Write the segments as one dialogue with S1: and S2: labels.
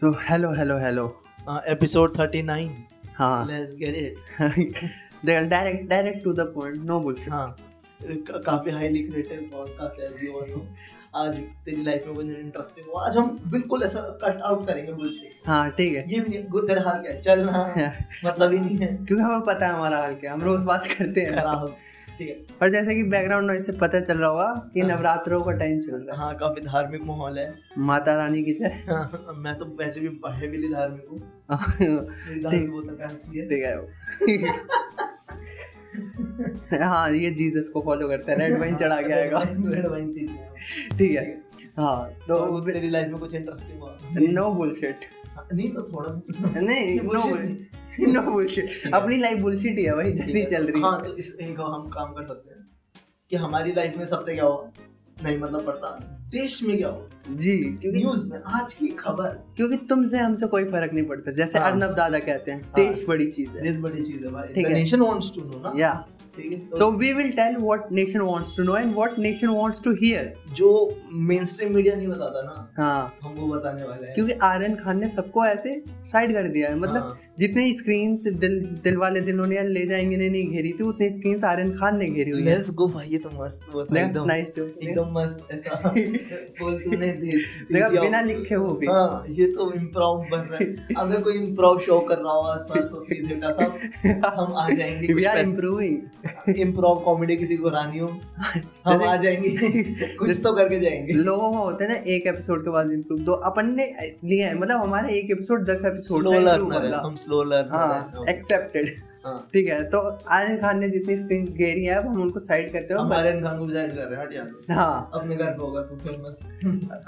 S1: सो hello hello hello
S2: हाँ, episode thirty nine
S1: हाँ
S2: let's get it
S1: direct direct to the point no bullshit
S2: हाँ का- काफी highly creative podcast है you know आज तेरी लाइफ में कुछ इंटरेस्टिंग हुआ आज हम बिल्कुल ऐसा कट आउट करेंगे bullshit
S1: हाँ ठीक है
S2: ये भी नहीं गुड तेरा हाल क्या है चलना मतलब ही नहीं है
S1: क्योंकि हमें पता है हमारा हाल क्या हम रोज बात करते हैं
S2: खराब ठीक है
S1: पर जैसे कि बैकग्राउंड नॉइज से पता चल रहा होगा कि
S2: हाँ।
S1: नवरात्रों का टाइम चल रहा
S2: हाँ काफी धार्मिक माहौल है
S1: है माता रानी की जय
S2: मैं तो वैसे भी हेवीली धार्मिक हूँ
S1: ठीक
S2: मेरी धार्मिक बहुत अटैचमेंट है
S1: है वो हाँ ये जीसस को फॉलो करते हैं रेड वाइन चढ़ा के आएगा
S2: रेड वाइन पीते हैं।
S1: ठीक है हाँ
S2: तो
S1: तो
S2: तेरी लाइफ में कुछ इंटरेस्टिंग हुआ
S1: नो बुलशिट
S2: हाँ, नहीं तो थोड़ा सा।
S1: नहीं
S2: ये
S1: नो
S2: bullshit नहीं।
S1: नो बुलशिट
S2: है।
S1: अपनी लाइफ बुलशिट ही है भाई
S2: ठीक
S1: जैसी
S2: है।
S1: चल रही है
S2: हाँ तो इस एक हम काम कर सकते हैं कि हमारी लाइफ में सबसे क्या हुआ नहीं मतलब पड़ता देश में क्या हुआ
S1: जी क्योंकि
S2: न्यूज में आज की खबर
S1: क्योंकि तुमसे हमसे कोई फर्क नहीं पड़ता जैसे
S2: हाँ।
S1: अर्नब दादा कहते हैं देश बड़ी चीज है
S2: देश बड़ी चीज है भाई
S1: ठीक
S2: द
S1: है।
S2: नेशन वांट्स टू नो ना
S1: या
S2: ठीक है हाँ। तो
S1: so we will tell what nation wants to know and what nation wants to hear
S2: जो मेन स्ट्रीम मीडिया नहीं बताता ना
S1: हाँ
S2: हम वो बताने वाले हैं
S1: क्योंकि आर्यन खान ने सबको ऐसे साइड कर दिया है मतलब
S2: हाँ,
S1: जितने स्क्रीन दिल दिल वाले दिलों ने ले जाएंगे ने नहीं घेरी थी उतनी स्क्रीन आर्यन खान ने घेरी हुई है
S2: let's go भाई ये तो मस्त वो था एकदम
S1: नाइस जो
S2: एकदम मस्त ऐसा बोल तूने दे
S1: देखा
S2: दिया।
S1: बिना लिखे वो भी
S2: हाँ ये तो इम्प्रोव बन रहा है अगर कोई इम्प्रोव शो कर रहा हो आसपास तो प्लीज बेटा सब हम आ जाएंगे
S1: वी
S2: कुछ
S1: आर
S2: पैसे-
S1: इम्प्रूविंग
S2: इम्प्रोव कॉमेडी किसी को रानी हो हम आ जाएंगे कुछ तो करके जाएंगे
S1: लोगों का होता है ना एक एपिसोड के बाद इम्प्रूव तो अपन ने लिया है मतलब हमारा एक एपिसोड दस एपिसोड
S2: स्लो लर्नर है हम स्लो
S1: हाँ
S2: लर्नर है
S1: एक्सेप्टेड
S2: हाँ
S1: ठीक है तो आर्यन खान ने जितनी स्क्रीन घेरी है अब हम उनको साइड करते
S2: हम
S1: हो
S2: आर्यन खान को डिसाइड कर रहे हैं हट यहाँ से।
S1: हाँ
S2: अपने घर पे होगा तो तू फेमस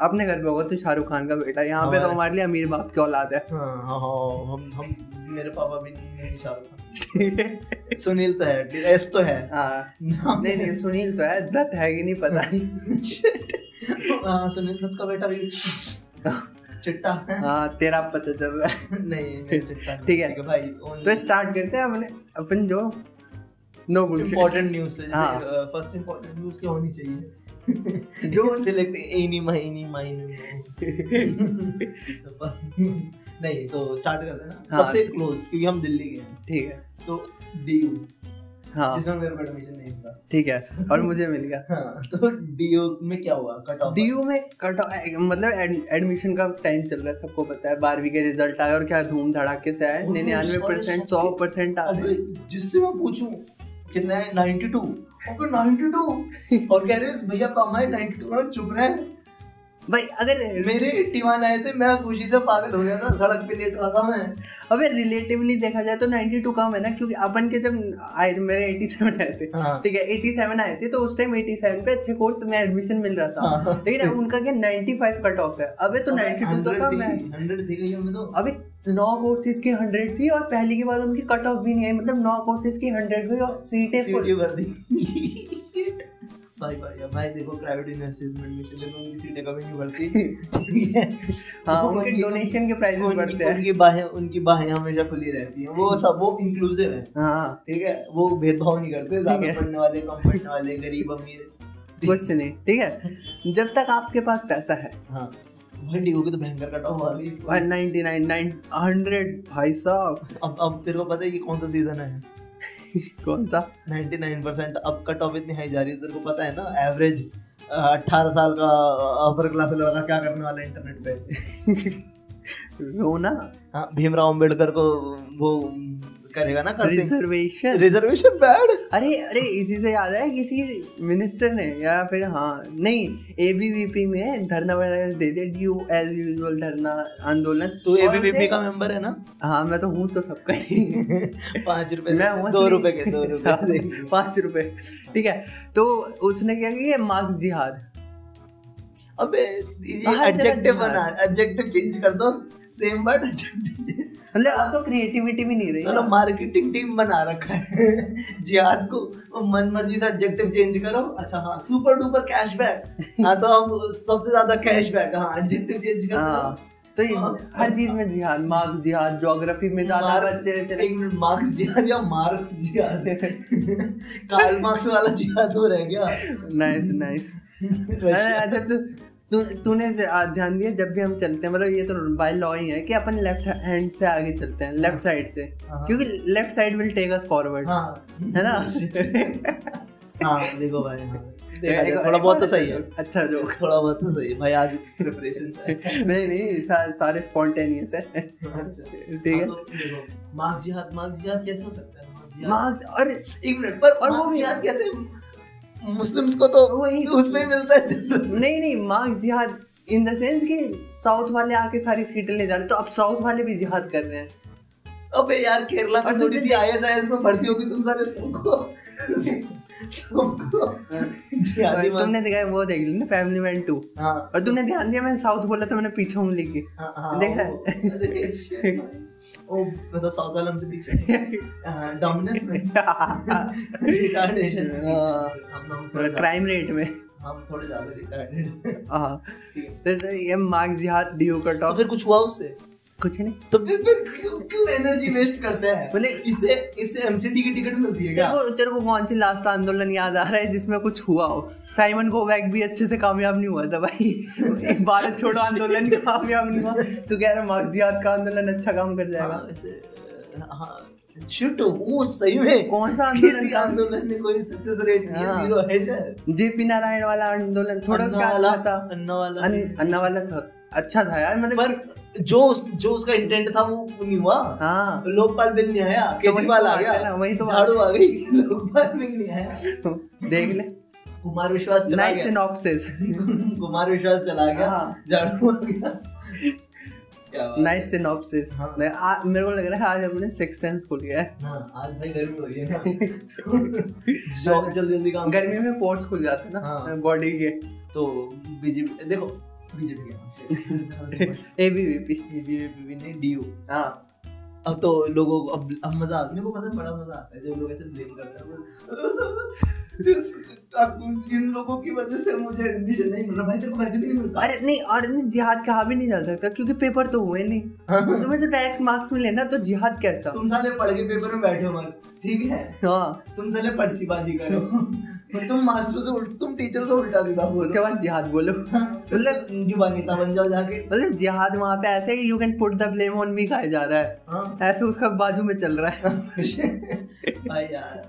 S1: अपने घर पे होगा तो शाहरुख खान का बेटा यहाँ पे तो
S2: हमारे-
S1: हमारे लिए अमीर बाप की औलाद है
S2: हाँ हाँ हाँ, हम हम मेरे पापा भी नहीं नहीं शाहरुख खान। सुनील तो है एस तो है
S1: हाँ
S2: नाम
S1: नहीं नहीं सुनील तो है दत्त है कि नहीं पता नहीं
S2: हाँ सुनील दत्त का बेटा भी चिट्टा
S1: हाँ तेरा पता चल रहा है
S2: नहीं मेरे चिट्टा नहीं।
S1: ठीक है।
S2: भाई
S1: तो स्टार्ट करते हैं अपने अपन जो नो बुलशिट
S2: इम्पोर्टेंट न्यूज है
S1: हाँ।
S2: जैसे फर्स्ट इम्पोर्टेंट न्यूज क्या होनी चाहिए जो सिलेक्ट एनी माइनी माइनी नहीं तो स्टार्ट करते हैं ना
S1: हाँ।
S2: सबसे क्लोज क्योंकि हम दिल्ली के हैं
S1: ठीक है
S2: तो डीयू
S1: हाँ
S2: जिसमें मेरे को एडमिशन नहीं था
S1: ठीक है और मुझे मिल गया
S2: हाँ तो डीयू में क्या हुआ कट ऑफ
S1: डीयू में कट मतलब एडमिशन का टाइम चल रहा है सबको पता है बारहवीं के रिजल्ट आए और क्या धूम धड़ाके से आए
S2: और वो
S1: निन्यानवे परसेंट सौ
S2: सबके-
S1: परसेंट आ रहे
S2: अबे
S1: हैं।
S2: जिससे मैं पूछूं कितना है 92 अबे 92 और कह रहे हो भैया कम है 92 मैं चुप रहे
S1: भाई अगर
S2: मेरे 81 आए थे मैं खुशी से पागल हो गया था सड़क पे लेट रहा था मैं
S1: अबे रिलेटिवली देखा जाए तो 92 कम है ना क्योंकि अपन के जब आए थे मेरे 87 आए थे
S2: हाँ।
S1: ठीक है 87 आए थे तो उस टाइम 87 पे अच्छे कोर्स में एडमिशन मिल रहा था
S2: हाँ।
S1: लेकिन उनका क्या 95 कट ऑफ है अबे तो 92 तो
S2: 100
S1: कम
S2: थी,
S1: है
S2: 100 थी गई हमें तो
S1: अबे नौ कोर्सेज की 100 थी और पहली के बाद उनकी कट ऑफ भी नहीं आई मतलब नौ कोर्सेज की 100 हुई और सीटें full-
S2: सीटें भर दी Shit. भाई भाई अब भाई देखो प्राइवेट यूनिवर्सिटीज में एडमिशन लेते उनकी सीटें कभी नहीं भरती ठीक है
S1: हाँ
S2: वो
S1: उनके
S2: उनकी-
S1: डोनेशन के प्राइसेस
S2: उनकी
S1: बढ़ते हैं हम्म।
S2: उनकी बाहें उनकी बाहें हमेशा खुली रहती हैं वो सब वो इंक्लूसिव है
S1: हाँ
S2: ठीक है वो भेदभाव नहीं करते ज्यादा
S1: है।
S2: पढ़ने वाले कम पढ़ने वाले गरीब अमीर
S1: कुछ नहीं ठीक है जब तक आपके पास पैसा है
S2: हाँ भाई डीओ की तो भयंकर कट ऑफ आ गई
S1: 199 900 भाई साहब
S2: अब अब तेरे को पता है ये कौन सा सीजन है
S1: कौन सा
S2: 99% अब कट ऑफ इतनी हाई जा रही है तेरे को पता है ना एवरेज अट्ठारह साल का अपर क्लास लड़का क्या करने वाला है इंटरनेट पे
S1: रोना
S2: हाँ भीमराव अंबेडकर को वो करेगा ना कर
S1: रिजर्वेशन
S2: रिजर्वेशन बैड
S1: अरे अरे इसी से याद है किसी मिनिस्टर ने या फिर हाँ नहीं एबीवीपी ने धरना वगैरह दे दिया ड्यू एज यूजुअल धरना आंदोलन
S2: तू
S1: और
S2: एबीवीपी
S1: उसे-
S2: का मेंबर है ना
S1: हाँ मैं तो हूँ तो सबका ही
S2: पाँच रुपए
S1: मैं
S2: से-
S1: हूँ
S2: दो
S1: असली-
S2: रुपए के दो रुपए
S1: हाँ,
S2: से।
S1: पाँच रुपए ठीक है तो उसने क्या किया मार्क्स जिहाद
S2: अबे ये
S1: बाहर चला
S2: एडजेक्टिव
S1: जा।
S2: बना एडजेक्टिव चेंज कर दो सेम बट एडजेक्टिव
S1: मतलब अब तो क्रिएटिविटी भी नहीं रही
S2: चलो मार्केटिंग टीम बना रखा है जिहाद को और मन मर्जी से एडजेक्टिव चेंज करो अच्छा हाँ सुपर डुपर कैशबैक हाँ तो हम सबसे ज्यादा कैशबैक हाँ एडजेक्टिव चेंज कर
S1: हाँ, तो ये
S2: हाँ।
S1: हर चीज में जिहाद मार्क्स जिहाद ज्योग्राफी में ज्यादा बच्चे
S2: एक मिनट मार्क्स जिहाद या मार्क्स जिहाद काल मार्क्स वाला जिहाद हो रहा है क्या
S1: नाइस नाइस
S2: रशिया
S1: अच्छा तो तू तूने से- आ, ध्यान दिया जब भी हम चलते हैं मतलब ये तो बाय लॉ ही है कि अपन लेफ्ट हैंड से आगे चलते हैं लेफ्ट साइड से
S2: हाँ।
S1: क्योंकि left side will take us forward
S2: हाँ
S1: है ना
S2: हाँ देखो भाई हाँ। देखा
S1: एक-
S2: जाए,
S1: एक-
S2: थोड़ा
S1: एक
S2: बहुत तो
S1: और
S2: सही है
S1: अच्छा जोक
S2: थोड़ा बहुत तो सही है भाई आज प्रिपरेशन है
S1: नहीं नहीं सा, सारे स्पॉन्टेनियस है
S2: अच्छा।
S1: ठीक है
S2: हाँ, तो देखो मार्क्स जिहाद मार्क्स जिहाद कैसे हो सकता है मार्क्स जिहाद
S1: मार्क्स और
S2: एक मिनट पर
S1: और
S2: और
S1: वो
S2: वो
S1: भी-
S2: जिहाद कैसे मुस्लिम्स को तो
S1: वही
S2: उसमें ही मिलता है जनरल
S1: नहीं नहीं मार्क्स जिहाद इन द सेंस कि साउथ वाले आके सारी स्किटें ले जा रहे तो अब साउथ वाले भी जिहाद कर रहे हैं
S2: अबे यार केरला से
S1: और
S2: थोड़ी
S1: तुझे-
S2: सी आईएसआईएस में भर्ती होगी तुम साले सबको सबको जिहादी
S1: और
S2: मान
S1: तुमने देखा है वो देख ली ना फैमिली मैन टू
S2: हाँ
S1: और तुमने ध्यान दिया मैंने साउथ बोला तो मैंने पीछे उंगली की
S2: हाँ, हाँ
S1: देखा है?
S2: वो- अरे shit, भाई। ओ मतलब साउथ वाला हमसे पीछे डोमिनेंस में रिटार्डेशन
S1: हाँ।
S2: हम हम थोड़ा ज्यादा-
S1: क्राइम रेट में
S2: हम थोड़े ज्यादा रिटार्डेड
S1: हाँ तो- तो ये मार्क्स जिहाद डी कट
S2: तो
S1: ऑफ
S2: फिर कुछ हुआ उससे
S1: कुछ नहीं
S2: तो फिर फिर क्यों क्यों एनर्जी वेस्ट करते हैं
S1: मतलब
S2: इससे इससे एमसीडी की टिकट मिलती
S1: तेरे
S2: है क्या
S1: को तेरे को कौन सी लास्ट आंदोलन याद आ रहा है जिसमें कुछ हुआ हो साइमन को भी अच्छे से कामयाब नहीं हुआ था भाई भारत छोड़ो आंदोलन कामयाब नहीं हुआ तू कह रहा है मार्क्स जिहाद का आंदोलन अच्छा काम कर जाएगा
S2: हाँ, वैसे, हाँ शिट वो सही में
S1: कौन सा
S2: किसी
S1: आंदोलन
S2: आंदोलन ने कोई सक्सेस रेट नहीं
S1: हाँ।
S2: है जीरो है शायद।
S1: जेपी नारायण वाला आंदोलन थोड़ा
S2: अन्ना
S1: उसका
S2: वाला-
S1: अच्छा था
S2: अन्ना वाला
S1: अन- अन्ना वाला था अच्छा था यार मतलब
S2: पर जो उस- जो उसका इंटेंट था वो नहीं हुआ
S1: हाँ
S2: लोकपाल बिल नहीं आया केजरीवाल आ
S1: बात है ना,
S2: गया
S1: वही तो बात
S2: झाड़ू आ गई लोकपाल बिल नहीं आया
S1: है। देख ले
S2: कुमार विश्वास चला
S1: नाइस
S2: गया
S1: सिनॉप्सिस
S2: कुमार विश्वास चला गया
S1: हाँ
S2: झाड़ू आ गया क्या बात है।
S1: नाइस सिनॉप्सिस
S2: हाँ।
S1: मेरे को लग रहा है आज हमने सिक्स सेंस खोल लिया है
S2: हाँ, आज भाई गर्मी हो रही है ना जो- जल्दी जल्दी काम
S1: गर्मी में पोर्ट्स खुल जाते हैं ना
S2: हाँ।
S1: बॉडी के
S2: तो बीजेपी देखो बीजेपी
S1: एबीवीपी
S2: बीजेपी ने डीयू
S1: हाँ
S2: अब तो लोगों को अब अब मजा आता है मेरे को पता है बड़ा मजा आता है जब लोग ऐसे ब्लेम करते हैं बस, आप- इन लोगों की वजह से मुझे एडमिशन नहीं मिल रहा भाई तेरे को पैसे भी नहीं मिलता
S1: अरे नहीं और नहीं जिहाद कहा भी नहीं जा सकता क्योंकि पेपर तो हुए नहीं तो तुम्हें तो डायरेक्ट मार्क्स मिले ना तो जिहाद कैसा
S2: तुम साले पढ़ के पेपर में बैठो मत ठीक है
S1: हाँ
S2: तुम साले पर्चीबाजी करो पर तुम मास्टरों से उल्ट तुम टीचर से उल्टा सीधा बोलो
S1: उसके बाद जिहाद बोलो
S2: मतलब युवा नेता बन जाओ जाके
S1: मतलब जिहाद वहाँ पे ऐसे you can put the blame on me कहा जा रहा है
S2: हाँ
S1: ऐसे उसका बाजू में चल रहा है
S2: भाई यार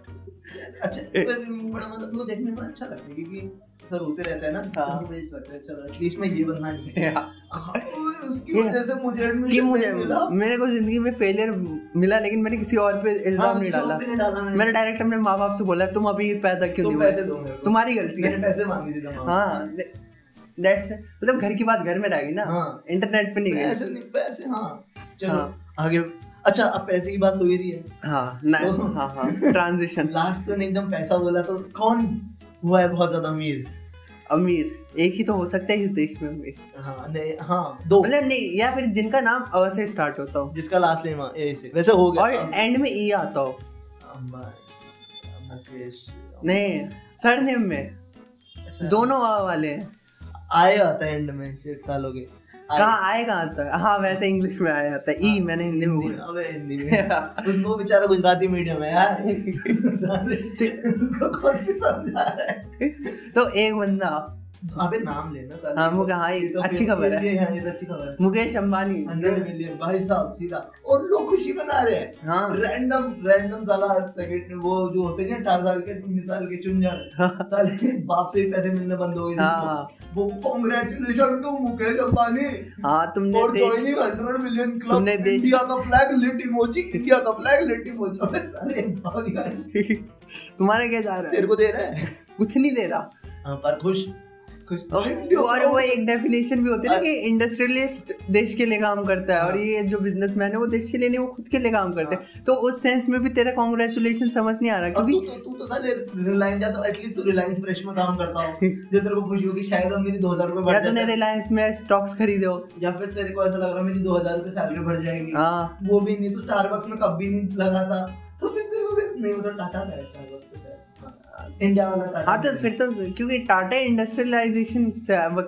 S2: अच्छा पर बड़ा मतलब वो देखने में अच्छा लगता है क्योंकि सर होते रहता है ना तो
S1: हाँ।
S2: मुझे इस लगता है चलो एटलीस्ट मैं ये बनना नहीं है
S1: कि
S2: हाँ, ओए, उसकी
S1: ये-
S2: वजह से मुझे एडमिशन
S1: मुझे
S2: नहीं मिला
S1: मेरे को जिंदगी में फेलियर मिला लेकिन मैंने किसी और पे इल्जाम
S2: हाँ,
S1: नहीं डाला
S2: किसी और पे नहीं डाला मैंने।
S1: मैंने डायरेक्ट अपने माँ बाप से बोला तुम अभी पैदा क्यों नहीं
S2: तुम
S1: हुए?
S2: पैसे दो मेरे को
S1: तुम्हारी गलती है
S2: मैंने पैसे मांगे थे तुम्हारे।
S1: हाँ दैट्स मतलब घर की बात घर में रह गई ना
S2: हाँ
S1: इंटरनेट पे नहीं गई
S2: पैसे नहीं पैसे हाँ चलो
S1: हाँ।
S2: आगे अच्छा अब पैसे की बात हो ही रही है
S1: हाँ ना
S2: So-
S1: हाँ हाँ ट्रांजिशन
S2: लास्ट तो नहीं एकदम पैसा बोला तो कौन हुआ है बहुत ज्यादा अमीर
S1: अमीर एक ही तो हो सकता है इस देश में अमीर
S2: हाँ नहीं हाँ दो
S1: मतलब नहीं या फिर जिनका नाम अ से स्टार्ट होता हो
S2: जिसका लास्ट नेम ए से वैसे हो
S1: और
S2: गया
S1: एंड में ई आता हो
S2: अंबानी, मुकेश
S1: नहीं सर नेम में दोनों आ वाले हैं
S2: आए आता है एंड में एक साल हो गए आए।
S1: कहाँ आए कहाँ आता है हाँ वैसे इंग्लिश में आया जाता है ई
S2: हाँ।
S1: मैंने हिंदी में
S2: हिंदी में
S1: बोला
S2: अबे हिंदी में उस वो बेचारा गुजराती मीडियम है यार साले, उसको कौन सी समझा रहा है
S1: तो एक बंदा
S2: अबे नाम लेना साले
S1: हाँ, वो कहाँ है?
S2: ये तो
S1: अच्छी
S2: फिर-
S1: खबर है।
S2: ये हाँ, ये तो अच्छी खबर है
S1: मुकेश अंबानी
S2: 100 मिलियन भाई साहब सीधा और लोग खुशी मना रहे हैं
S1: हाँ
S2: रैंडम रैंडम साला सेकंड वो जो होते हैं ना अठारह साल के उन्नीस साल के
S1: हाँ।
S2: चुंजन साले बाप से भी पैसे मिलने बंद हो गए
S1: हाँ
S2: वो कांग्रेचुलेशन टू मुकेश अंबानी
S1: हाँ तुमने
S2: और
S1: देश
S2: ज्वाइनिंग 100 मिलियन क्लब
S1: तुमने देश-
S2: इंडिया का फ्लैग लिट इमोजी इंडिया का फ्लैग लिट इमोजी अबे साले भाग यार,
S1: तुम्हारा क्या जा रहा है
S2: तेरे को दे रहा है
S1: कुछ नहीं दे रहा
S2: हाँ, पर खुश खुश
S1: और वो एक डेफिनेशन भी
S2: Uh,
S1: होती है ना कि इंडस्ट्रियलिस्ट देश के लिए काम करता है और
S2: हाँ।
S1: ये जो बिजनेसमैन है वो देश के लिए नहीं वो खुद के लिए काम करते हैं तो उस सेंस में भी तेरा कॉन्ग्रेचुलेशन समझ नहीं आ रहा
S2: और तू
S1: क्योंकि
S2: तो तू तो साले रिलायंस जा तो एटलीस्ट तू रिलायंस फ्रेश में काम करता हो जो तेरे को खुशी होगी शायद अब मेरी 2000 रुपए
S1: या तो
S2: बढ़
S1: तूने
S2: जाए
S1: रिलायंस में स्टॉक्स खरीदे हो
S2: या फिर तेरे को ऐसा लग रहा है मेरी 2000 रुपए सैलरी बढ़ जाएगी
S1: हाँ
S2: वो भी नहीं तू स्टारबक्स में कभी नहीं लगा था तो फिर तेरे को भी- नहीं मतलब टाटा का है स्टारबक्स से है। हाँ, इंडिया वाला टाटा
S1: हाँ तो फिर तो क्योंकि टाटा इंडस्ट्रियलाइजेशन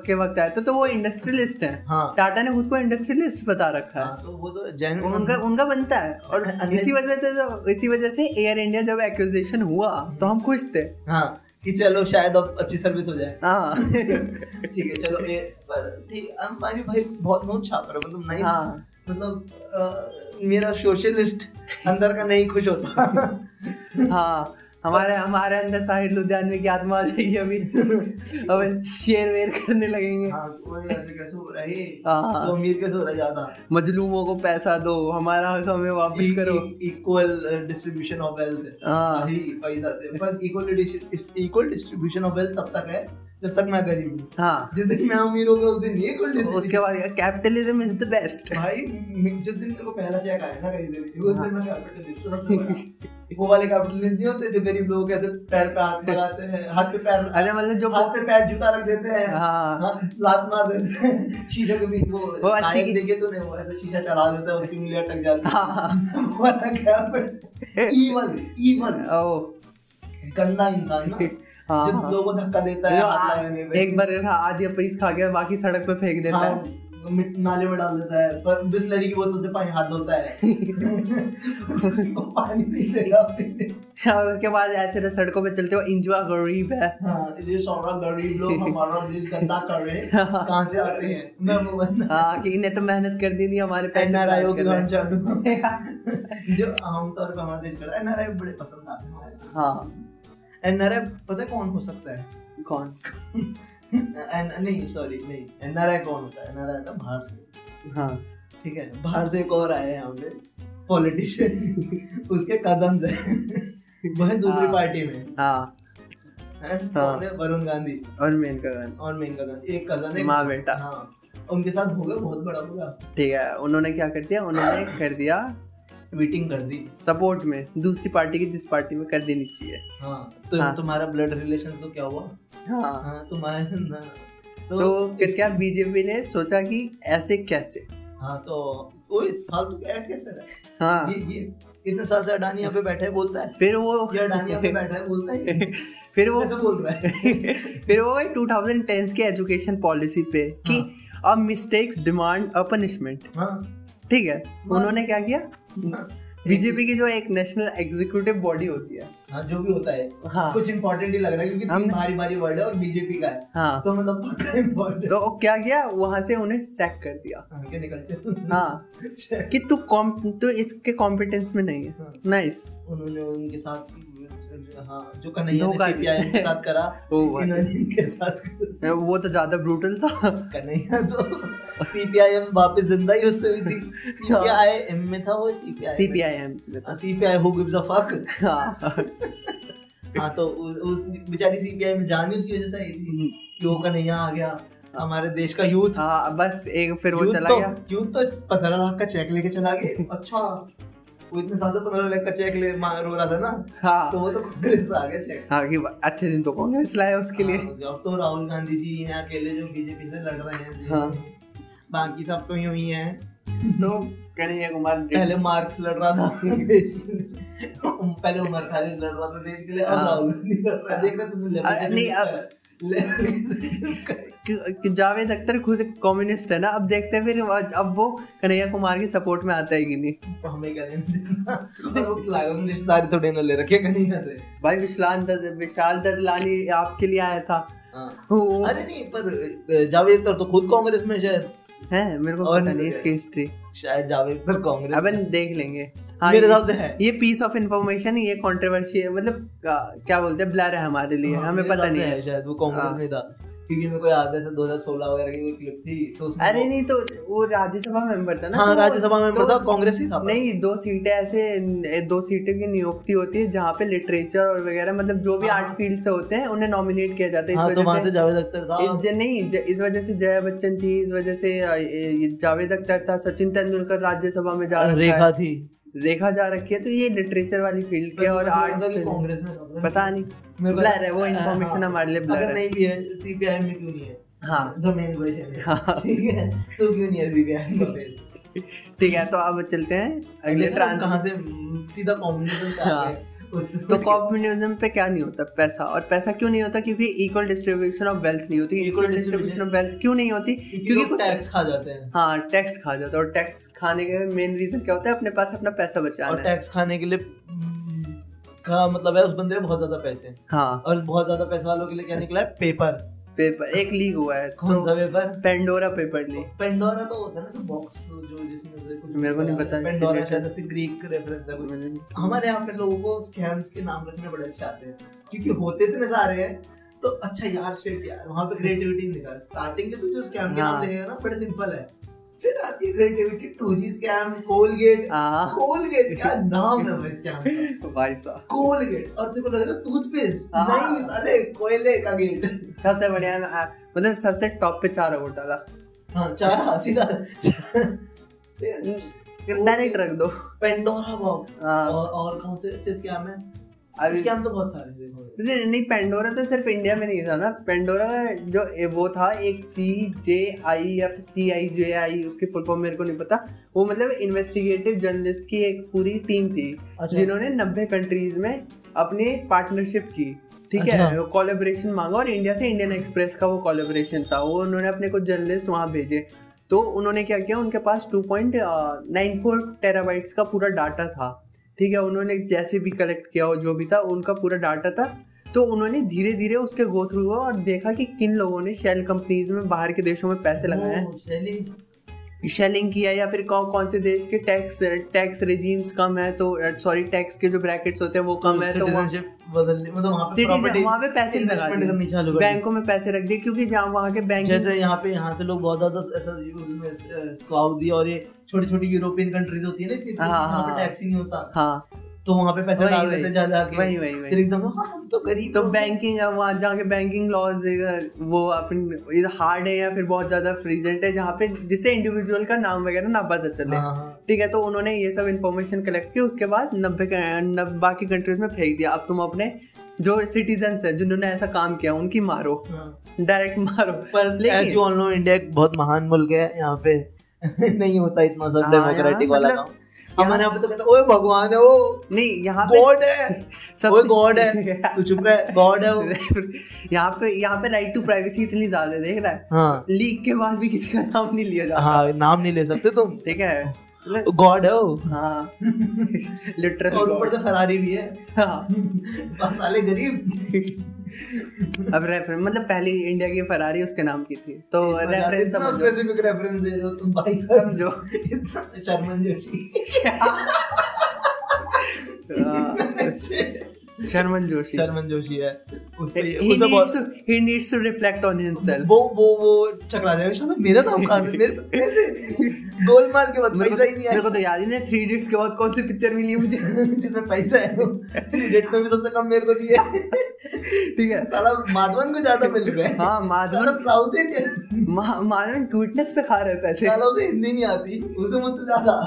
S1: के वक्त आया था तो वो इंडस्ट्रियलिस्ट है
S2: हाँ
S1: टाटा ने खुद को इंडस्ट्रियलिस्ट बता रखा है
S2: हाँ, तो वो तो जैन
S1: उनका उनका बनता है और
S2: अ- अ-
S1: इसी वजह से इसी वजह से एयर इंडिया जब एक्विजिशन हुआ तो हम खुश थे
S2: हाँ कि चलो शायद अब अच्छी सर्विस हो जाए
S1: हाँ
S2: ठीक है चलो ये पर ठीक है हमारे भाई बहुत बहुत छात्र मतलब नहीं
S1: हाँ
S2: मतलब अ, मेरा सोशलिस्ट अंदर का नहीं खुश होता
S1: हाँ हमारे हमारे अंदर साहिर लुधियानवी की आत्मा आ जाएगी अभी अब शेर वेर करने लगेंगे
S2: हाँ, कोई ऐसे कैसे हो रहा है
S1: हाँ।
S2: तो अमीर कैसे हो रहा है ज्यादा E-
S1: मजलूमों को पैसा दो हमारा हक हमें वापस करो
S2: इक्वल डिस्ट्रीब्यूशन ऑफ वेल्थ
S1: हाँ
S2: ही पैसा दे पर equal equal distribution of wealth तब तक है जब तक मैं गरीब हूँ
S1: हाँ
S2: जिस दिन मैं अमीर होगा उस दिन इक्वल
S1: उसके बाद कैपिटलिज्म इज द बेस्ट
S2: भाई मे- जिस दिन मेरे को पहला चेक आया ना कहीं से भी, उस
S1: हाँ।
S2: दिन मैं कैपिटलिस्ट हूँ, तो सबसे बड़ा। वो वाले कैपिटलिस्ट नहीं होते जो गरीब लोगों के ऐसे पैर पे हाथ लगाते हैं हाथ पे पैर
S1: अरे मतलब जो
S2: हाथ पे पैर जूता रख देते हैं
S1: हाँ।
S2: हाँ, लात मार देते हैं शीशे के बीच
S1: वो
S2: वो
S1: अस्सी
S2: नायक
S1: की-
S2: देखे तो नहीं वो ऐसे शीशा चला देता है उसकी उंगलियां अटक जाती
S1: हाँ, हाँ।
S2: है वो वाला कैपिटल ईवन ईवन
S1: ओ
S2: गंदा इंसान ना
S1: हाँ,
S2: जो
S1: हाँ।
S2: लोगों को धक्का देता है
S1: जो
S2: हाथ
S1: आ-
S2: लगाने पे।
S1: एक बार हाँ, आधी अपीस खा गया बाकी सड़क पे फेंक देता
S2: हाँ,
S1: है
S2: मिट- नाले में डाल देता है पर बिस्लरी की बोतल से पानी हाथ धोता है किसी को पानी नहीं देगा पीने।
S1: और उसके बाद ऐसे रहे सड़कों पे चलते हो इंजुआ गरीब है
S2: हाँ, ये सौरा गरीब लोग हमारा देश गंदा कर रहे हैं कहाँ से आते हैं मैं मोहन
S1: हाँ कि इन्हें तो मेहनत कर दी थी हमारे पैसे
S2: एनआरआई
S1: बर्बाद
S2: को
S1: कर रहे हैं। हाँ।
S2: चालू जो आमतौर पर हमारा देश करता है एनआरआई बड़े पसंद आते हैं हमारे देश को।
S1: हाँ
S2: एनआरआई पता है कौन हो सकता है
S1: कौन
S2: एन नहीं सॉरी नहीं एनआरआई कौन होता है एनआरआई था बाहर से
S1: हाँ
S2: ठीक है बाहर से एक और आए हैं हमने पॉलिटिशियन उसके कजन है वह दूसरी
S1: हाँ।
S2: पार्टी में
S1: हाँ
S2: हैं?
S1: हाँ।
S2: कौन है वरुण गांधी
S1: और मेन का गाना
S2: और मेनका गांधी एक कजन है
S1: माँ बेटा।
S2: हाँ उनके साथ हो गया बहुत बड़ा बुरा
S1: ठीक है उन्होंने क्या कर दिया उन्होंने कर दिया
S2: ट्वीटिंग कर दी
S1: सपोर्ट में दूसरी पार्टी की जिस पार्टी में कर देनी चाहिए
S2: हाँ तो
S1: हाँ।
S2: तुम्हारा ब्लड रिलेशन तो क्या हुआ
S1: हाँ
S2: हाँ तुम्हारे ना तो,
S1: तो
S2: इस-
S1: क्या बीजेपी ने सोचा कि ऐसे कैसे
S2: हाँ तो ओए फालतू का ऐड कैसे रहा
S1: हाँ
S2: ये ये इतने साल से अडानी यहाँ पे बैठा है बोलता है
S1: फिर वो
S2: ये अडानी यहाँ पे बैठा है बोलता है
S1: फिर वो
S2: कैसे बोल रहा है
S1: फिर वो टू थाउजेंड के एजुकेशन पॉलिसी पे कि a mistakes demand a punishment
S2: हाँ
S1: ठीक है उन्होंने क्या किया
S2: हाँ।
S1: बीजेपी की जो एक नेशनल एग्जीक्यूटिव बॉडी होती है
S2: हाँ जो भी होता है
S1: हाँ
S2: कुछ इंपॉर्टेंट ही लग रहा है क्योंकि
S1: हम-
S2: तीन भारी भारी वर्ड है और बीजेपी का है
S1: हाँ
S2: तो मतलब पक्का इंपॉर्टेंट
S1: तो वो क्या किया वहां से उन्हें सैक कर दिया
S2: आगे निकल चल
S1: तो- हाँ
S2: अच्छा।
S1: कि तू कॉम तू इसके कॉम्पिटेंस में नहीं है
S2: हाँ,
S1: नाइस
S2: उन्होंने उनके साथ हाँ जो कन्हैया ने
S1: धोखा दिया।
S2: सीपीआई के साथ करा
S1: ओ भाई
S2: इन्होंने इनके साथ करा।
S1: वो तो ज्यादा ब्रूटल था
S2: कन्हैया तो सीपीआईएम वापस जिंदा ही उससे हुई थी
S1: हाँ।
S2: सीपीआईएम में था वो सीपीआई
S1: सीपीआईएम
S2: हाँ, CPI who gives a fuck
S1: हाँ
S2: हाँ तो उ- उस बेचारी सीपीआई में जान ही उसकी वजह से आई थी
S1: हम्म।
S2: कि वो कन्हैया आ गया हमारे देश का यूथ
S1: हाँ, बस एक फिर वो
S2: यूथ
S1: चला
S2: तो-
S1: गया
S2: यूथ तो पंद्रह लाख का चेक लेके चला गया अच्छा वो इतने साल से पंद्रह लाख का चेक ले मांग रो रहा था ना तो
S1: हाँ
S2: वो तो कांग्रेस से आ गया चेक
S1: हाँ कि अच्छे दिन तो कांग्रेस लाया उसके लिए
S2: हाँ, अब तो राहुल गांधी जी हैं अकेले जो बीजेपी से लड़ रहे हैं देश
S1: हाँ।
S2: में। बाकी सब तो यूं ही हैं
S1: तो कन्हैया कुमार
S2: पहले मार्क्स लड़ रहा था देश के लिए पहले उमर खालिद लड़ रहा था देश के लिए अब
S1: हाँ।
S2: राहुल गांधी लड़ रहा है देख रहे तुमने
S1: अ- नहीं, अब-
S2: अब
S1: कि- कि जावेद अख्तर खुद कम्युनिस्ट है ना अब देखते हैं फिर आज- अब वो कन्हैया कुमार के सपोर्ट में आता है कि नहीं
S2: हमें क्या लेना देना और वो लागू रिश्तेदारी थोड़ी ना ले रखे कहीं ना से
S1: भाई विशाल दत्त विशाल ददलानी आपके लिए आया था
S2: हाँ।
S1: वो
S2: अरे नहीं पर अ, जावेद अख्तर तो खुद कांग्रेस में शायद
S1: है मेरे को
S2: और
S1: पता
S2: नहीं
S1: नहीं
S2: तो
S1: इसकी हिस्ट्री
S2: शायद जावेद अख्तर कांग्रेस
S1: अब
S2: में।
S1: देख लेंगे हाँ,
S2: मेरे
S1: ये-
S2: हिसाब से है
S1: ये पीस ऑफ इंफॉर्मेशन ये कंट्रोवर्सी है मतलब अ, क्या बोलते हैं ब्लर है हमारे लिए
S2: हाँ,
S1: हमें
S2: मेरे
S1: पता
S2: हिसाब से
S1: नहीं है
S2: है शायद वो कांग्रेस
S1: हाँ।
S2: में था क्योंकि मेरे को याद है सर 2016 वगैरह की कोई क्लिप थी तो उसमें
S1: अरे
S2: वो-
S1: नहीं तो वो राज्यसभा मेंबर था ना
S2: हाँ
S1: तो
S2: राज्यसभा में
S1: तो-
S2: था कांग्रेस ही था पर।
S1: नहीं दो सीटें ऐसे दो सीटों की नियुक्ति होती है जहाँ पे लिटरेचर और वगैरह मतलब जो भी
S2: हाँ।
S1: आर्ट फील्ड से होते हैं उन्हें नॉमिनेट किया जाता है इस
S2: हाँ तो वहां
S1: वजह
S2: से
S1: से
S2: जावेद अख्तर था
S1: इस ज- नहीं ज- इस वजह से जया बच्चन थी इस वजह से अ, ये- ये जावेद अख्तर था सचिन तेंदुलकर राज्यसभा में जा रखा
S2: रेखा
S1: है
S2: थी
S1: रेखा जा रखी है तो ये लिटरेचर वाली फील्ड के और
S2: मेरे को
S1: आर्ट
S2: लगा कि
S1: field-
S2: कांग्रेस में था।
S1: पता नहीं
S2: हम्म। मेरे को-
S1: ब्लर है वो
S2: हाँ,
S1: इन्फॉर्मेशन
S2: हाँ।
S1: हमारे लिए
S2: अगर
S1: ब्लर है
S2: नहीं भी है सीपीआई में क्यों नहीं है
S1: हाँ
S2: द मेन क्वेश्चन है
S1: हाँ।
S2: ठीक है तो क्यों नहीं है सीपीआई में फिर?
S1: ठीक है तो अब चलते हैं अगले
S2: देखा
S1: ट्रांस
S2: कहाँ से म, सीधा कॉम्युनिज्म से आ गए उस
S1: तो कॉम्युनिज्म पे क्या नहीं होता पैसा और पैसा क्यों नहीं होता क्योंकि इक्वल डिस्ट्रीब्यूशन ऑफ वेल्थ नहीं होती
S2: Equal
S1: equal distribution
S2: distribution
S1: of wealth क्यों नहीं होती क्योंकि
S2: क्योंकि
S1: कुछ
S2: टैक्स खा जाते हैं
S1: हाँ टैक्स खा जाता है और टैक्स खाने का मेन रीजन क्या होता है अपने पास अपना पैसा बचाना
S2: और
S1: है
S2: टैक्स खाने के लिए म, का मतलब है उस बंदे में बहुत ज्यादा पैसे हैं
S1: हाँ
S2: और बहुत ज्यादा पैसे वालों के लिए क्या निकला है पेपर
S1: तो पेपर एक लीक हुआ है
S2: कौन सा
S1: तो
S2: paper
S1: Pandora paper leak
S2: Pandora तो होता है ना सब बॉक्स जो जिसमें से कुछ
S1: मेरे को नहीं पता इसके
S2: पेंडोरा
S1: related।
S2: शायद ऐसे ग्रीक रेफरेंस है कुछ हमारे यहाँ पे लोगों को स्कैम्स के नाम रखने बड़े अच्छे आते हैं क्योंकि होते इतने सारे हैं तो अच्छा यार शिट यार वहाँ पे क्रिएटिविटी निकाल स्टार्टिंग के तो जो स्कैम के नाम
S1: हाँ।
S2: देखेगा ना बड़े सिंपल है फिर आती है creativity two G scam Coalgate
S1: हाँ
S2: कोलगेट क्या नाम है भाई स्कैम का
S1: भाई साहब
S2: कोलगेट और तेरे को लगेगा टूथपेस्ट
S1: हाँ।
S2: नहीं अरे कोयले का गेट
S1: सबसे बढ़िया है, हाँ, मतलब सबसे टॉप पे चार और डाला
S2: हाँ चार हाँ, सीधा
S1: डायरेक्ट रख दो
S2: पेंडोरा बॉक्स
S1: हाँ,
S2: और और कौन से अच्छे स्कैम है
S1: अभी
S2: स्कैम तो बहुत सारे हैं, देखो
S1: नहीं नहीं, पेंडोरा तो सिर्फ इंडिया में नहीं था ना पेंडोरा जो ए- वो था एक सी जे आई या सी आई जे आई उसकी फुल फॉर्म मेरे को नहीं पता वो मतलब इन्वेस्टिगेटिव जर्नलिस्ट की एक पूरी टीम थी
S2: अच्छा
S1: जिन्होंने नब्बे कंट्रीज में अपनी पार्टनरशिप की ठीक है
S2: अच्छा।
S1: कोलेबोरेशन मांगा और इंडिया से इंडियन एक्सप्रेस का वो कोलेबोरेशन था वो उन्होंने अपने कुछ जर्नलिस्ट वहाँ भेजे तो उन्होंने क्या किया उनके पास 2.94 टेराबाइट्स का पूरा डाटा था ठीक है उन्होंने जैसे भी कलेक्ट किया हो जो भी था उनका पूरा डाटा था तो उन्होंने धीरे धीरे उसके गो थ्रू हुआ और देखा कि किन लोगों ने शेल कंपनीज में बाहर के देशों में पैसे लगाए हैं
S2: वो Oh, selling
S1: शेलिंग किया या फिर कौन कौन से देश के टैक्स टैक्स रेजीम्स कम है तो सॉरी टैक्स के जो ब्रैकेट्स होते हैं वो कम है तो वहाँ-
S2: सिटीजनशिप बदलने मतलब वहाँ पे
S1: citizen-
S2: प्रॉपर्टी
S1: वहाँ पे पैसे लगा
S2: इन्वेस्टमेंट
S1: दिए
S2: करनी चालू कर दी।
S1: बैंकों में पैसे रख दिए क्योंकि जहाँ वहाँ के बैंक
S2: जैसे यहाँ पे यहाँ से लोग बहुत ज्यादा ऐसा यूज में अ, सऊदी और ये छोटी छोटी यूरोपियन कंट्रीज होती है ना इतनी
S1: हाँ,
S2: जहाँ पे
S1: हाँ।
S2: टैक्स ही नहीं होता
S1: हाँ
S2: तो वहाँ पे पैसे
S1: वही,
S2: डाल
S1: वही।
S2: देते जा जाके
S1: वही वही
S2: फिर
S1: वही
S2: एकदम हाँ, हम तो गरीब
S1: तो
S2: लोग हैं।
S1: बैंकिंग वहाँ जाके बैंकिंग लॉज uh, वो अपने हार्ड है या फिर बहुत ज्यादा फ्रीजेंट है जहाँ पे जिससे इंडिविजुअल का नाम वगैरह ना पता चले
S2: हाँ, हाँ।
S1: ठीक है तो उन्होंने ये सब इन्फॉर्मेशन कलेक्ट की उसके बाद नब्बे के- नब- बाकी कंट्रीज में फेंक दिया अब तुम अपने जो सिटीजन्स हैं जिन्होंने ऐसा काम किया उनकी मारो
S2: हाँ।
S1: डायरेक्ट मारो
S2: पर
S1: लेकिन-
S2: as you all know India एक बहुत महान मुल्क है यहाँ पे नहीं होता इतना सब
S1: हाँ,
S2: डेमोक्रेटिक
S1: यहाँ
S2: वाला
S1: मतलब-
S2: काम हमारे यहाँ पे तो कहते हैं, ओए भगवान है वो
S1: नहीं यहाँ पे
S2: गॉड है ओए गॉड है तू चुप रह गॉड है वो
S1: यहाँ पे यहाँ पे राइट टू प्राइवेसी इतनी ज्यादा देख रहा है
S2: हाँ
S1: लीक के बाद भी किसी का नाम नहीं लिया जाता
S2: हाँ नाम नहीं ले सकते तुम
S1: ठीक है मतलब-
S2: गॉड है वो
S1: हाँ
S2: और ऊपर
S1: लिटरली
S2: से फरारी भी है
S1: हाँ
S2: बस साले गरीब
S1: अब रेफरेंस मतलब पहले इंडिया की फरारी उसके नाम की थी तो रेफरेंस
S2: इतना
S1: समझो
S2: स्पेसिफिक रेफरेंस दे रहे हो तुम भाई
S1: समझो
S2: इतना शर्मन जोशी
S1: हाँ,
S2: Shit.
S1: शर्मन जोशी
S2: शर्मन जोशी है उस पे
S1: He
S2: उसने
S1: needs
S2: बहुत
S1: to- he needs to reflect on himself.
S2: वो वो वो चकरा जाएगा शाला मेरा नाम कहाँ से मेरे पे कैसे गोलमाल के बाद
S1: मेरे को-
S2: पैसा ही नहीं
S1: मेरे
S2: आया
S1: को तो याद ही नहीं थ्री इडियट्स के बाद कौन सी पिक्चर मिली है मुझे
S2: जिसमें पैसा है थ्री डेट में भी सबसे कम मेरे को दिया
S1: ठीक है
S2: साला माधवन को ज्यादा मिल रहा है
S1: हाँ
S2: साला
S1: माधवन
S2: साउथ इंडियन
S1: मा- माधवन क्यूटनेस पे खा रहे हैं पैसे
S2: साला उसे हिंदी नहीं आती उसे मुझसे ज्यादा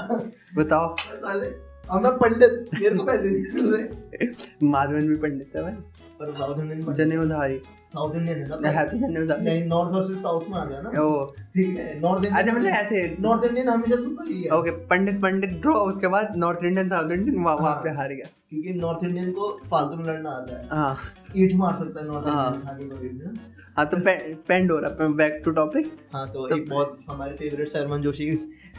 S1: बताओ
S2: साले अब मैं पंडित मेरे को पैसे नहीं मिल रहे
S1: माधवन भी पंडित है भाई
S2: पर साउथ इंडियन पंडित
S1: जने उधारी
S2: साउथ इंडियन है ना
S1: है तो जने उधारी
S2: नहीं नॉर्थ और साउथ में आ गया ना
S1: ओ
S2: ठीक है नॉर्थ
S1: अच्छा
S2: इंडियन
S1: मतलब ऐसे
S2: नॉर्थ इंडियन हमेशा सुपर ही है
S1: ओके पंडित पंडित ड्रो उसके बाद नॉर्थ इंडियन साउथ इंडियन वहाँ वहाँ
S2: हाँ।
S1: पे हार गया
S2: क्योंकि नॉर्थ इंडियन को फालतू में लड़ना आता है
S1: हाँ
S2: ईट मार सकता है नॉर्थ
S1: हाँ।
S2: इंडियन आगे कभी भी ना
S1: हाँ तो पे, पेंडोरा बैक टू टॉपिक
S2: हाँ तो
S1: तो-
S2: एक बहुत हमारे फेवरेट शर्मन जोशी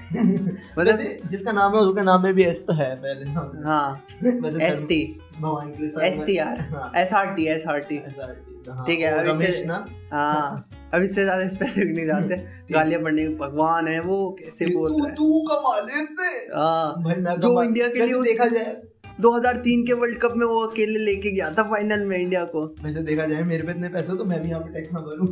S1: मतलब
S2: वैसे जिसका नाम है उसका नाम में भी एस तो है पहले नाम में।
S1: हाँ
S2: वैसे
S1: एस
S2: शर्म-
S1: टी
S2: भगवान के लिए
S1: एस टी आर
S2: हाँ
S1: S R T S R T
S2: SRTs, हाँ,
S1: ठीक है,
S2: और
S1: अब इसे-
S2: रमेश ना
S1: हाँ अब इससे ज्यादा स्पेसिफिक नहीं जाते गालियां पढ़ने के भगवान है वो कैसे
S2: कि
S1: बोल
S2: तू
S1: रहा है
S2: तू कमा लेते
S1: हाँ
S2: भाई मैं
S1: जो
S2: कमा-
S1: इंडिया के
S2: वैसे
S1: लिए उस-
S2: देखा जाए
S1: 2003 के वर्ल्ड कप में वो अकेले लेके गया था फाइनल में इंडिया को
S2: वैसे देखा जाए मेरे पे इतने पैसे हो तो मैं भी यहाँ पे टैक्स ना भरूं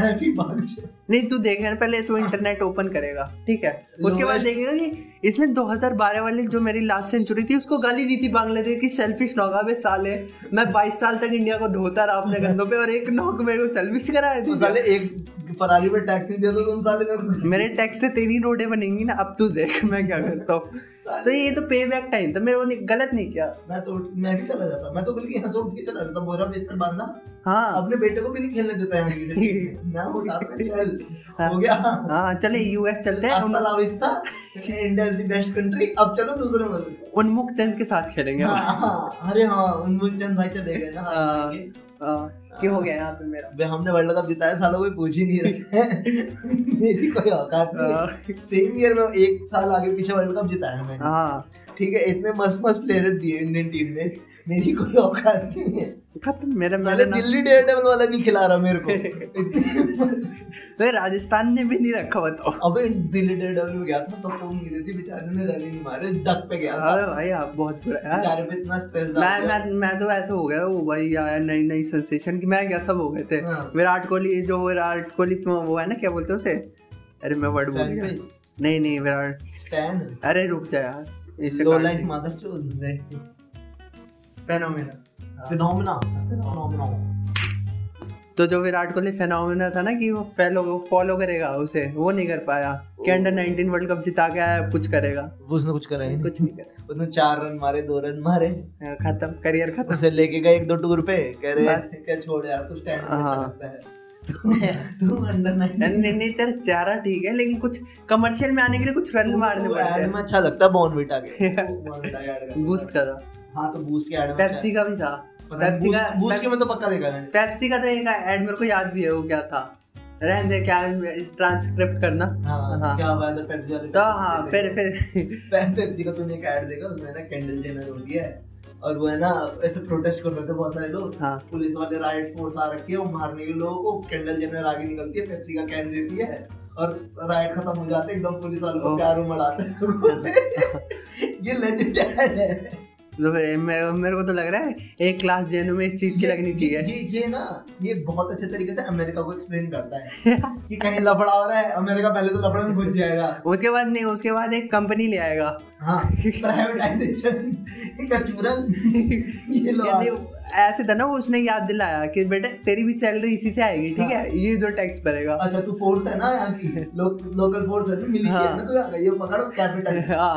S2: मैं भी भाग जाऊं।
S1: नहीं तू देखेगा पहले तू
S2: हाँ।
S1: इंटरनेट ओपन करेगा ठीक है उसके बाद
S2: Lowest-
S1: देखेगा कि इसने 2012 वाली जो मेरी लास्ट सेंचुरी थी उसको गाली दी थी बांग्लादेश की सेल्फिश नौका में साले मैं 22 साल तक इंडिया को धोता रहा अपने गंदों पे और एक नौक मेरे को सेल्फिश कराया
S2: तुम
S1: थी
S2: साले एक फरारी पे टैक्स नहीं दिया तो तुम साले मेरे को-
S1: मेरे टैक्स से तेरी रोडे बनेंगी ना अब तू देख मैं क्या करता हूँ तो
S2: साले
S1: ये तो पे बैक टाइम था मेरे को नहीं- गलत नहीं किया
S2: मैं तो उठ- मैं भी चला जाता मैं तो बल्कि यहाँ से उठ के चला जाता बोरा बिस्तर बांधा
S1: हाँ
S2: अपने बेटे को भी नहीं खेलने देता यहाँ किसी चीज़ में। मैं उठाता चल
S1: हाँ।
S2: हो गया
S1: हाँ चले यूएस चलते हैं
S2: आस्ता
S1: उन-
S2: लाविस्ता India is the best country अब चलो दूसरे मुल्क
S1: उन्मुख चंद के साथ खेलेंगे
S2: हाँ, हाँ, अरे हाँ उन्मुन चंद भाई चले गए ना
S1: हाँ।
S2: आगे।
S1: हाँ, क्यों हो गया यहाँ पे मेरा
S2: बे हमने वर्ल्ड कप जिताया सालों कोई पूछ ही नहीं रहे मेरी कोई औकात नहीं है।
S1: हाँ,
S2: सेम ईयर में एक साल आगे पीछे वर्ल्ड कप जिताया मैंने
S1: हाँ
S2: ठीक है इतने मस्त मस्त प्लेयर दिए इंडियन टीम ने मेरी कोई औकात नहीं है
S1: खत्म मेरा
S2: साले
S1: मेरा नाम
S2: दिल्ली डेयरडेविल वाला नहीं खिला रहा मेरे को इतनी-
S1: अरे राजस्थान ने भी नहीं रखा बताओ
S2: अबे दिल्ली डेयरडेविल में गया था सबको उंग नहीं देती बेचारे ने रन ही नहीं मारे डक पे गया था
S1: अरे भाई आप बहुत बुरा यार
S2: बेचारे पे इतना स्ट्रेस डाल
S1: हाँ। मैं मैं मैं तो ऐसे हो गया वो भाई यार नई नई सेंसेशन की मैं क्या सब हो गए थे
S2: हाँ।
S1: विराट कोहली जो विराट कोहली तो वो है ना क्या बोलते हैं उसे अरे मैं वर्ड बोल
S2: Fan
S1: गया
S2: page?
S1: नहीं नहीं विराट
S2: स्टैन
S1: अरे रुक जा यार इसे
S2: लो
S1: काट
S2: लाइफ
S1: दे।
S2: मदरचोद
S1: Phenomenon.
S2: फिनोमेना फिनोमेना
S1: तो जो विराट कोहली फेनोमेना था ना कि वो फैलो फॉलो करेगा उसे वो नहीं कर पाया
S2: Oh।
S1: कि अंडर 19 वर्ल्ड कप जिता के आया अब कुछ करेगा
S2: उसने कुछ करा ही नहीं
S1: कुछ नहीं कर
S2: उसने चार रन मारे दो रन मारे
S1: खत्म करियर खत्म
S2: उसे लेके गए एक दो टूर पे कह रहे
S1: बस।
S2: क्या छोड़ यार तू स्टैंड पे
S1: हाँ।
S2: अच्छा लगता है तू- तू अंडर
S1: नहीं
S2: 19
S1: नहीं नहीं, तेरा चेहरा ठीक है लेकिन कुछ कमर्शियल में आने के लिए कुछ रन मारने
S2: तू
S1: पड़ते
S2: ad
S1: हैं
S2: में अच्छा लगता है बॉर्नविटा के बॉर्नविटा के ad का।
S1: बूस्ट का था
S2: हाँ तो बूस्ट के ऐड में
S1: पेप्सी का भी था पेप्सी का
S2: बूस्ट के में तो पक्का देखा मैंने
S1: पेप्सी का तो एक ऐड मेरे को याद भी है वो क्या था रहने दे, क्या है, इस ट्रांसक्रिप्ट करना
S2: हाँ
S1: हाँ।
S2: क्या बात है पेप्सी वाले
S1: तो
S2: पैसे
S1: हाँ
S2: देते
S1: फिर
S2: हैं।
S1: फिर
S2: पे- पेप्सी का तूने एक ऐड देखा उसमें ना कैंडल जेनर हो गया है और वो है ना ऐसे प्रोटेस्ट कर रहे थे बहुत सारे लोग
S1: हाँ
S2: पुलिस वाले राइट फोर्स आ रखी है वो मारने के लोगों को कैंडल जेनर आगे निकलती है पेप्सी का कैन देती है और राइट खत्म हो जाते हैं एकदम पुलिस वालों को
S1: ओह।
S2: प्यार उमड़ाते हैं लोगों पे। ये लेजेंड ऐड है
S1: तो फिर मेरे मेरे को तो लग रहा है एक क्लास जेनू में इस चीज की लगनी
S2: ये,
S1: चाहिए
S2: ये ये ना ये बहुत अच्छे तरीके से अमेरिका को एक्सप्लेन करता है कि कहीं लफड़ा हो रहा है अमेरिका पहले तो लफड़े में घुस जाएगा
S1: उसके बाद नहीं उसके बाद एक कंपनी ले आएगा
S2: हाँ प्राइवेटाइजेशन का चूरन ये लो
S1: यानी ऐसे था ना उसने याद दिलाया कि बेटा तेरी भी सैलरी इसी से आएगी ठीक है
S2: हाँ।
S1: ये जो टैक्स भरेगा
S2: अच्छा तू फोर्स है ना यहाँ की लोक, लोकल फोर्स है ना मिलिशिया है ना तू यहाँ का ये पकड़ो कैपिटल
S1: हाँ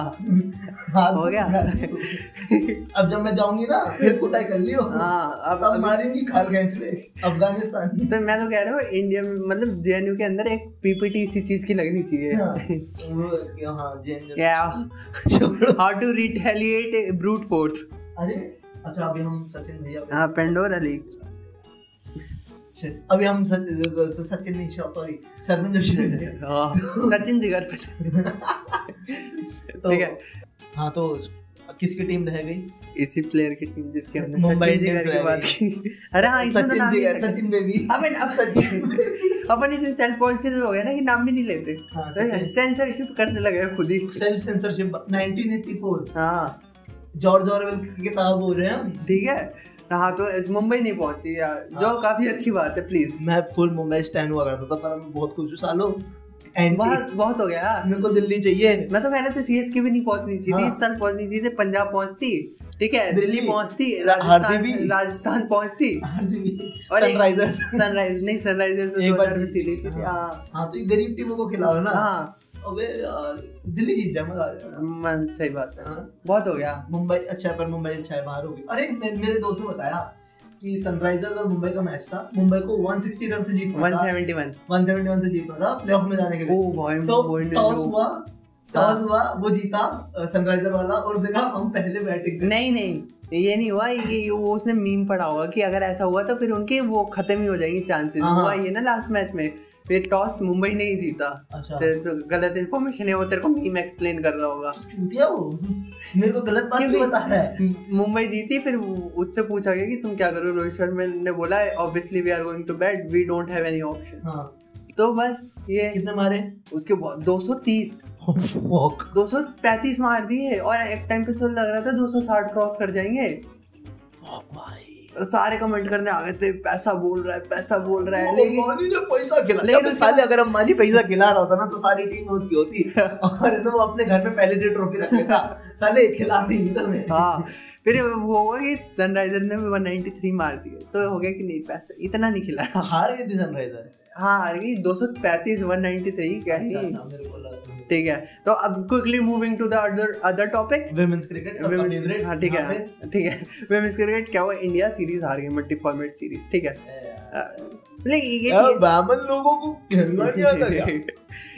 S2: हाथ
S1: हो
S2: में
S1: गया।
S2: पकड़ा है तू। तो- अब जब मैं जाऊंगी ना फिर कुटाई कर लियो
S1: हाँ अब
S2: अब मारेंगी खाल खेच ले अफगानिस्तान में।
S1: तो मैं तो कह रहा हूँ इंडिया में मतलब जे के अंदर एक पीपीटी इसी चीज की लगनी
S2: हाँ,
S1: चाहिए
S2: वो- हाँ, जेन-
S1: क्या
S2: छोड़ो।
S1: How to retaliate brute force
S2: अरे अच्छा अभी हम सचिन भैया
S1: हाँ पेंडोरा लीग
S2: Shit, अभी हम सच- स- सचिन नहीं सॉरी शर्मिन जोशी पे थे।
S1: हाँ, सचिन जिगर पे
S2: तो
S1: ठीक है।
S2: हाँ तो किसकी टीम रह गई
S1: इसी प्लेयर की टीम जिसके हमने
S2: मुंबई
S1: सचिन
S2: इंडियंस
S1: जिगर की
S2: रह
S1: बात
S2: गई।
S1: की अरे हाँ इसमें तो
S2: सचिन
S1: नाम
S2: जी
S1: नहीं
S2: है,
S1: सचिन
S2: सचिन बेबी
S1: अपन अब सचिन अपन इतने सेल्फ कॉन्शियस हो गए ना कि नाम भी नहीं
S2: हाँ,
S1: लेते
S2: सचिन।
S1: सेंसरशिप करने लगे हैं खुद ही
S2: सेल्फ सेंसरशिप 1984
S1: हाँ
S2: जॉर्ज ऑरवेल की किताब बोल रहे हैं हम
S1: ठीक है हाँ तो इस मुंबई नहीं पहुंची यार जो
S2: हाँ।
S1: काफी अच्छी बात है प्लीज
S2: मैं फुल मुंबई स्टैंड हुआ करता था पर मैं बहुत खुश हूँ सालों एंड
S1: बहुत बहुत हो गया यार
S2: मेरे को दिल्ली चाहिए
S1: मैं तो कह रहा था सीएसके भी नहीं पहुंचनी चाहिए थी
S2: हाँ।
S1: इस साल पहुंचनी चाहिए थी पंजाब पहुंचती ठीक है
S2: दिल्ली।
S1: दिल्ली पहुंचती
S2: RCB।
S1: राजस्थान राजस्थान पहुंचती
S2: RCB,
S1: और एक-
S2: सनराइजर्स
S1: सनराइज नहीं सनराइजर्स
S2: एक
S1: तो
S2: बार
S1: 2000 में
S2: जीत
S1: सीरीज
S2: चुकी,
S1: थी
S2: हाँ।
S1: हाँ
S2: हाँ तो ये गरीब टीमों को खिलाओ ना
S1: हाँ
S2: अबे यार दिल्ली जीत जाए मजा आ जाएगा
S1: मन सही बात है
S2: हाँ,
S1: बहुत हो गया
S2: मुंबई अच्छा है पर मुंबई अच्छा है बाहर होगी अरे मे, मेरे दोस्त ने बताया कि सनराइजर्स और मुंबई का मैच था मुंबई को 160 रन से जीतना था
S1: 171
S2: 171 से जीतना था प्लेऑफ में जाने के लिए
S1: ओ भाई
S2: तो
S1: बोलने
S2: टॉस
S1: जो-
S2: हुआ टॉस हुआ वो जीता सनराइजर वाला और देखा हम पहले बैटिंग कर
S1: नहीं नहीं ये नहीं हुआ ये ये- वो उसने मीम पढ़ा होगा कि अगर ऐसा हुआ तो फिर उनके वो खत्म ही हो जाएंगे चांसेस
S2: हाँ।
S1: हुआ ये ना लास्ट मैच में फिर टॉस मुंबई ने ही जीता
S2: अच्छा
S1: तेरे तो गलत इन्फॉर्मेशन है वो तेरे को मीम एक्सप्लेन कर रहा होगा
S2: चूतिया वो मेरे को गलत बात क्यों
S1: क्योंकि-
S2: बता रहा है
S1: मुंबई जीती फिर वो- उससे पूछा गया कि तुम क्या करो रोहित शर्मा ने बोला obviously we are going to bat we don't have any option
S2: हाँ
S1: तो बस ये
S2: कितने मारे
S1: उसके बाद 230
S2: फक
S1: 235 मार दिए और एक टाइम पे तो लग रहा था 260 क्रॉस कर जाएंगे
S2: Oh, भाई
S1: सारे कमेंट करने आ गए थे पैसा बोल रहा है पैसा बोल रहा
S2: Oh
S1: है लेकिन
S2: अंबानी ने पैसा खिला
S1: लेकिन
S2: लेकिन
S1: उसके
S2: साले अगर अंबानी पैसा खिला रहा होता ना तो सारी टीम उसकी होती और ना वो अपने घर में पहले से ट्रॉफी रख लेता साले खिलाते ही नहीं तुम्हें
S1: हाँ फिर वो हुआ कि सनराइजर ने भी 193 मार दिए तो हो गया कि नहीं पैसा इतना नहीं खिलाया
S2: हार गई थी सनराइजर
S1: हाँ हार गई 235 193 क्या
S2: अच्छा
S1: ही
S2: अच्छा मेरे को लगा
S1: ठीक है तो अब quickly moving to the other other topic
S2: women's cricket सबका फेवरेट
S1: हाँ ठीक है ठीक है वेमेंस क्रिकेट क्या हुआ इंडिया सीरीज हार गई मल्टी फॉर्मेट सीरीज ठीक है लाइक ये
S2: यार बामन लोगों को खेलना नहीं आता क्या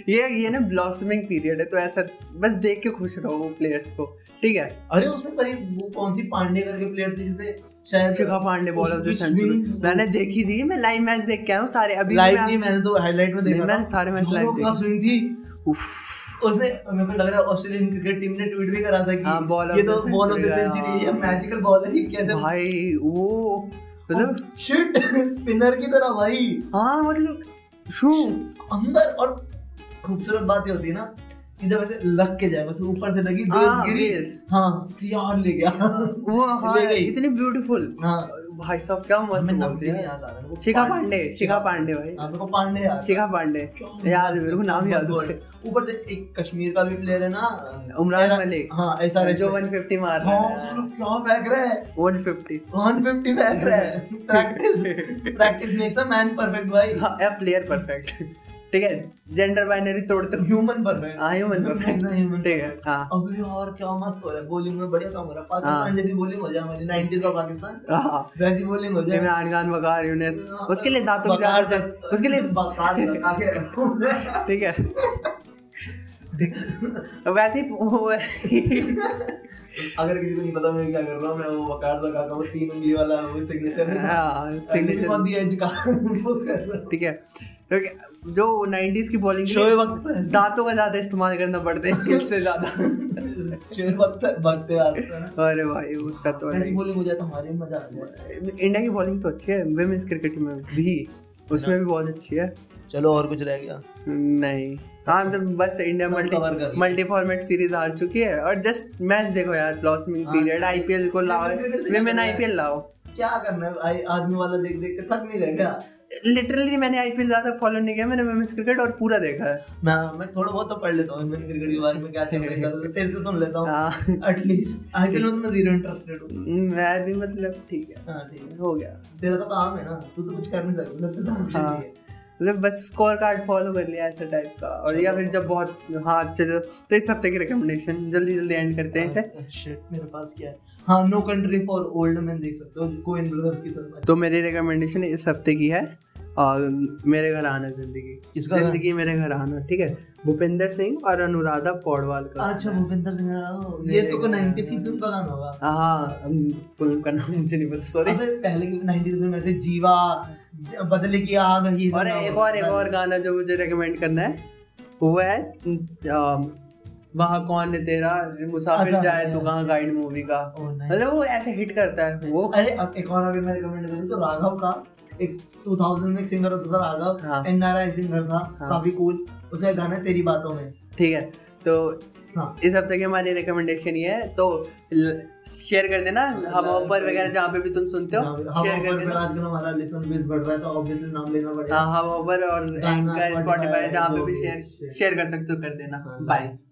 S1: ये ये ना ब्लॉसमिंग पीरियड है तो ऐसा बस देख के खुश रहो प्लेयर्स को ठीक है
S2: अरे उसमें पर वो कौन सी पांडे करके प्लेयर थी जिसने शायद
S1: शिखा पांडे
S2: उस-
S1: बॉलर जो
S2: उस
S1: सेंचुरी
S2: wing-
S1: मैंने देखी थी मैं लाइव मैच देख के आया हूँ सारे अभी
S2: लाइव
S1: मैं-
S2: नहीं मैंने तो हाईलाइट में
S1: नहीं,
S2: देखा था
S1: मैंने सारे मैच
S2: दोनों
S1: लाइव
S2: का
S1: देखे
S2: स्विंग थी
S1: उफ,
S2: उसने मेरे को लग रहा है ऑस्ट्रेलियन क्रिकेट टीम ने ट्वीट भी करा था कि
S1: हाँ, ball of
S2: ये
S1: the
S2: तो ball of the
S1: century
S2: century है
S1: का।
S2: ये मैजिकल बॉल है ये कैसे
S1: भाई वो मतलब
S2: शिट स्पिनर की तरह भाई
S1: हाँ मतलब शू
S2: अंदर और खूबसूरत बात ये होती है ना कि जब ऐसे लग के जाए बस ऊपर से लगी
S1: हाँ,
S2: बेल्स गिरी
S1: बेल्स।
S2: हाँ कि यार ले गया हाँ
S1: वो हाँ
S2: ले गई।
S1: इतनी ब्यूटीफुल भाई साहब क्या मस्त
S2: हमें नाम
S1: बोलते
S2: भी नहीं
S1: हैं
S2: याद आ रहा है वो
S1: शिखा पांडे शिखा पांडे भाई
S2: हाँ, मेरे को पांडे याद
S1: शिखा पांडे
S2: क्या
S1: याद है, मेरे को नाम याद
S2: बहुत
S1: है।
S2: good। ऊपर से एक कश्मीर का भी प्लेयर है ना
S1: उमरान
S2: एरा-
S1: मलिक।
S2: हाँ ऐसा
S1: जो 150 मार रहा
S2: हाँ
S1: है
S2: साला क्या फेंक रहा है
S1: 150
S2: वन फिफ्टी फेंक रहा है practice practice makes a man perfect भाई
S1: हाँ प्लेयर परफेक्ट ठीक है जेंडर बाइनरी तोड़ते हुए
S2: ह्यूमन परफेक्ट
S1: हाँ ह्यूमन परफेक्ट ठीक है हाँ
S2: अबे यार क्या मस्त हो रहा है बॉलिंग में बढ़िया काम हो रहा है पाकिस्तान
S1: हाँ।
S2: जैसी बॉलिंग हो जाए हमारी 90s का पाकिस्तान
S1: हाँ
S2: वैसी बॉलिंग हो जाए
S1: इमरान खान वकार यूनिस उसके लिए दांतों की
S2: बकार
S1: जान
S2: हाँ। से
S1: से- उसके लिए
S2: बकार से लगा के रखो।
S1: ठीक है वैसे ही वो
S2: अगर किसी को नहीं पता मैं क्या कर रहा हूँ मैं वो बकार सा काका वो तीन उंगली वाला वो सिग्नेचर है ना।
S1: हाँ
S2: मैंने
S1: सिग्नेचर
S2: बहुत दिया एज का वो कर रहा हूँ।
S1: ठीक है ठीक है। जो 90s की बॉलिंग
S2: शोएब अख्तर
S1: दांतों का ज्यादा इस्तेमाल करना पड़ता है स्किल से ज्यादा
S2: शोएब अख्तर भागते भागते
S1: अरे भाई उसका तो अलग
S2: ऐसी
S1: ही।
S2: बॉलिंग हो जाए तो हमारे में मजा आ जाए
S1: इंडिया की बॉलिंग तो अच्छी है विमेंस क्रिकेट में भी उसमें भी बहुत अच्छी है
S2: चलो और कुछ रह गया
S1: नहीं हाँ जब बस इंडिया
S2: सब cover कर
S1: मल्टी
S2: लिया।
S1: मल्टी फॉर्मेट सीरीज हार चुकी है और जस्ट मैच देखो यार ब्लॉसमिंग
S2: हाँ।
S1: पीरियड आईपीएल को लाओ
S2: Women cricket देखना
S1: विमेन
S2: है।
S1: आईपीएल लाओ
S2: क्या करना है भाई आदमी वाला देख देख के थक नहीं रहेगा
S1: लिटरली मैंने आईपीएल ज्यादा फॉलो नहीं किया मैंने विमेंस क्रिकेट और पूरा देखा है
S2: मैं मैं थोड़ा बहुत तो पढ़ लेता हूँ इंडियन क्रिकेट के बारे में क्या चल रहा है तेरे से सुन लेता हूँ
S1: हाँ
S2: एटलीस्ट आईपीएल में तो मैं जीरो इंटरेस्टेड हूँ
S1: मैं भी मतलब ठीक है
S2: हाँ ठीक है
S1: हो गया
S2: तेरा तो काम है ना तू तो कुछ कर नहीं सकता तेरे तो कुछ
S1: हाँ।
S2: नहीं है
S1: मतलब बस स्कोर कार्ड फॉलो कर लिया ऐसा टाइप का और या फिर जब बहुत हाँ चलो तो इस हफ्ते की रिकमेंडेशन जल्दी जल्दी एंड करते
S2: हाँ।
S1: हैं इसे
S2: शिट मेरे पास क्या है हाँ no country for old man देख सकते हो कोइन ब्रदर्स की तरफ है।
S1: तो मेरी रिकमेंडेशन इस हफ्ते की है और मेरे घर आना जिंदगी
S2: किसका?
S1: जिंदगी मेरे घर आना ठीक है भूपेंद्र सिंह और अनुराधा पौडवाल का
S2: अच्छा भूपेंद्र सिंह रावत ये
S1: मेरे
S2: तो को
S1: को-
S2: 90s की फिल्म का गाना होगा
S1: हाँ हम- फिल्म का नाम मुझे नहीं पता सॉरी
S2: अबे तो पहले की 90s में ऐसे जीवा ज- बदले की आग ये सब
S1: और
S2: गाना
S1: एक
S2: होता
S1: और एक
S2: था।
S1: और गाना जो मुझे रेकमेंड करना है वो है अम, वहाँ कौन है तेरा मुसाफिर
S2: अच्छा,
S1: जाए तो
S2: हाँ।
S1: कहाँ गाइड मूवी का
S2: Oh, nice.
S1: मतलब वो ऐसे हिट करता है वो
S2: अरे अब एक और अगर मैं रिकमेंड करूँ तो राघव का एक 2000 में एक सिंगर होता था राघव
S1: हाँ।
S2: एन नारायण सिंगर था
S1: हाँ।
S2: काफी कूल उसका एक गाना है तेरी बातों में
S1: ठीक है तो
S2: हाँ।
S1: इस हफ्ते की हमारी रिकमेंडेशन ये है तो शेयर कर देना हवा पर वगैरह जहाँ पे भी तुम सुनते
S2: हाँ,
S1: हो
S2: हम
S1: शेयर कर
S2: ऊपर पे
S1: देना
S2: आजकल हमारा लिसन बेस बढ़ रहा है तो ऑब्वियसली नाम लेना पड़ेगा
S1: हाँ हवा पर और
S2: गाना,
S1: एंकर
S2: Spotify,
S1: स्पॉटिफाई जहाँ पे
S2: जो
S1: भी
S2: भी
S1: शेयर
S2: share-
S1: शेयर कर सकते हो कर देना
S2: हाँ,
S1: बाय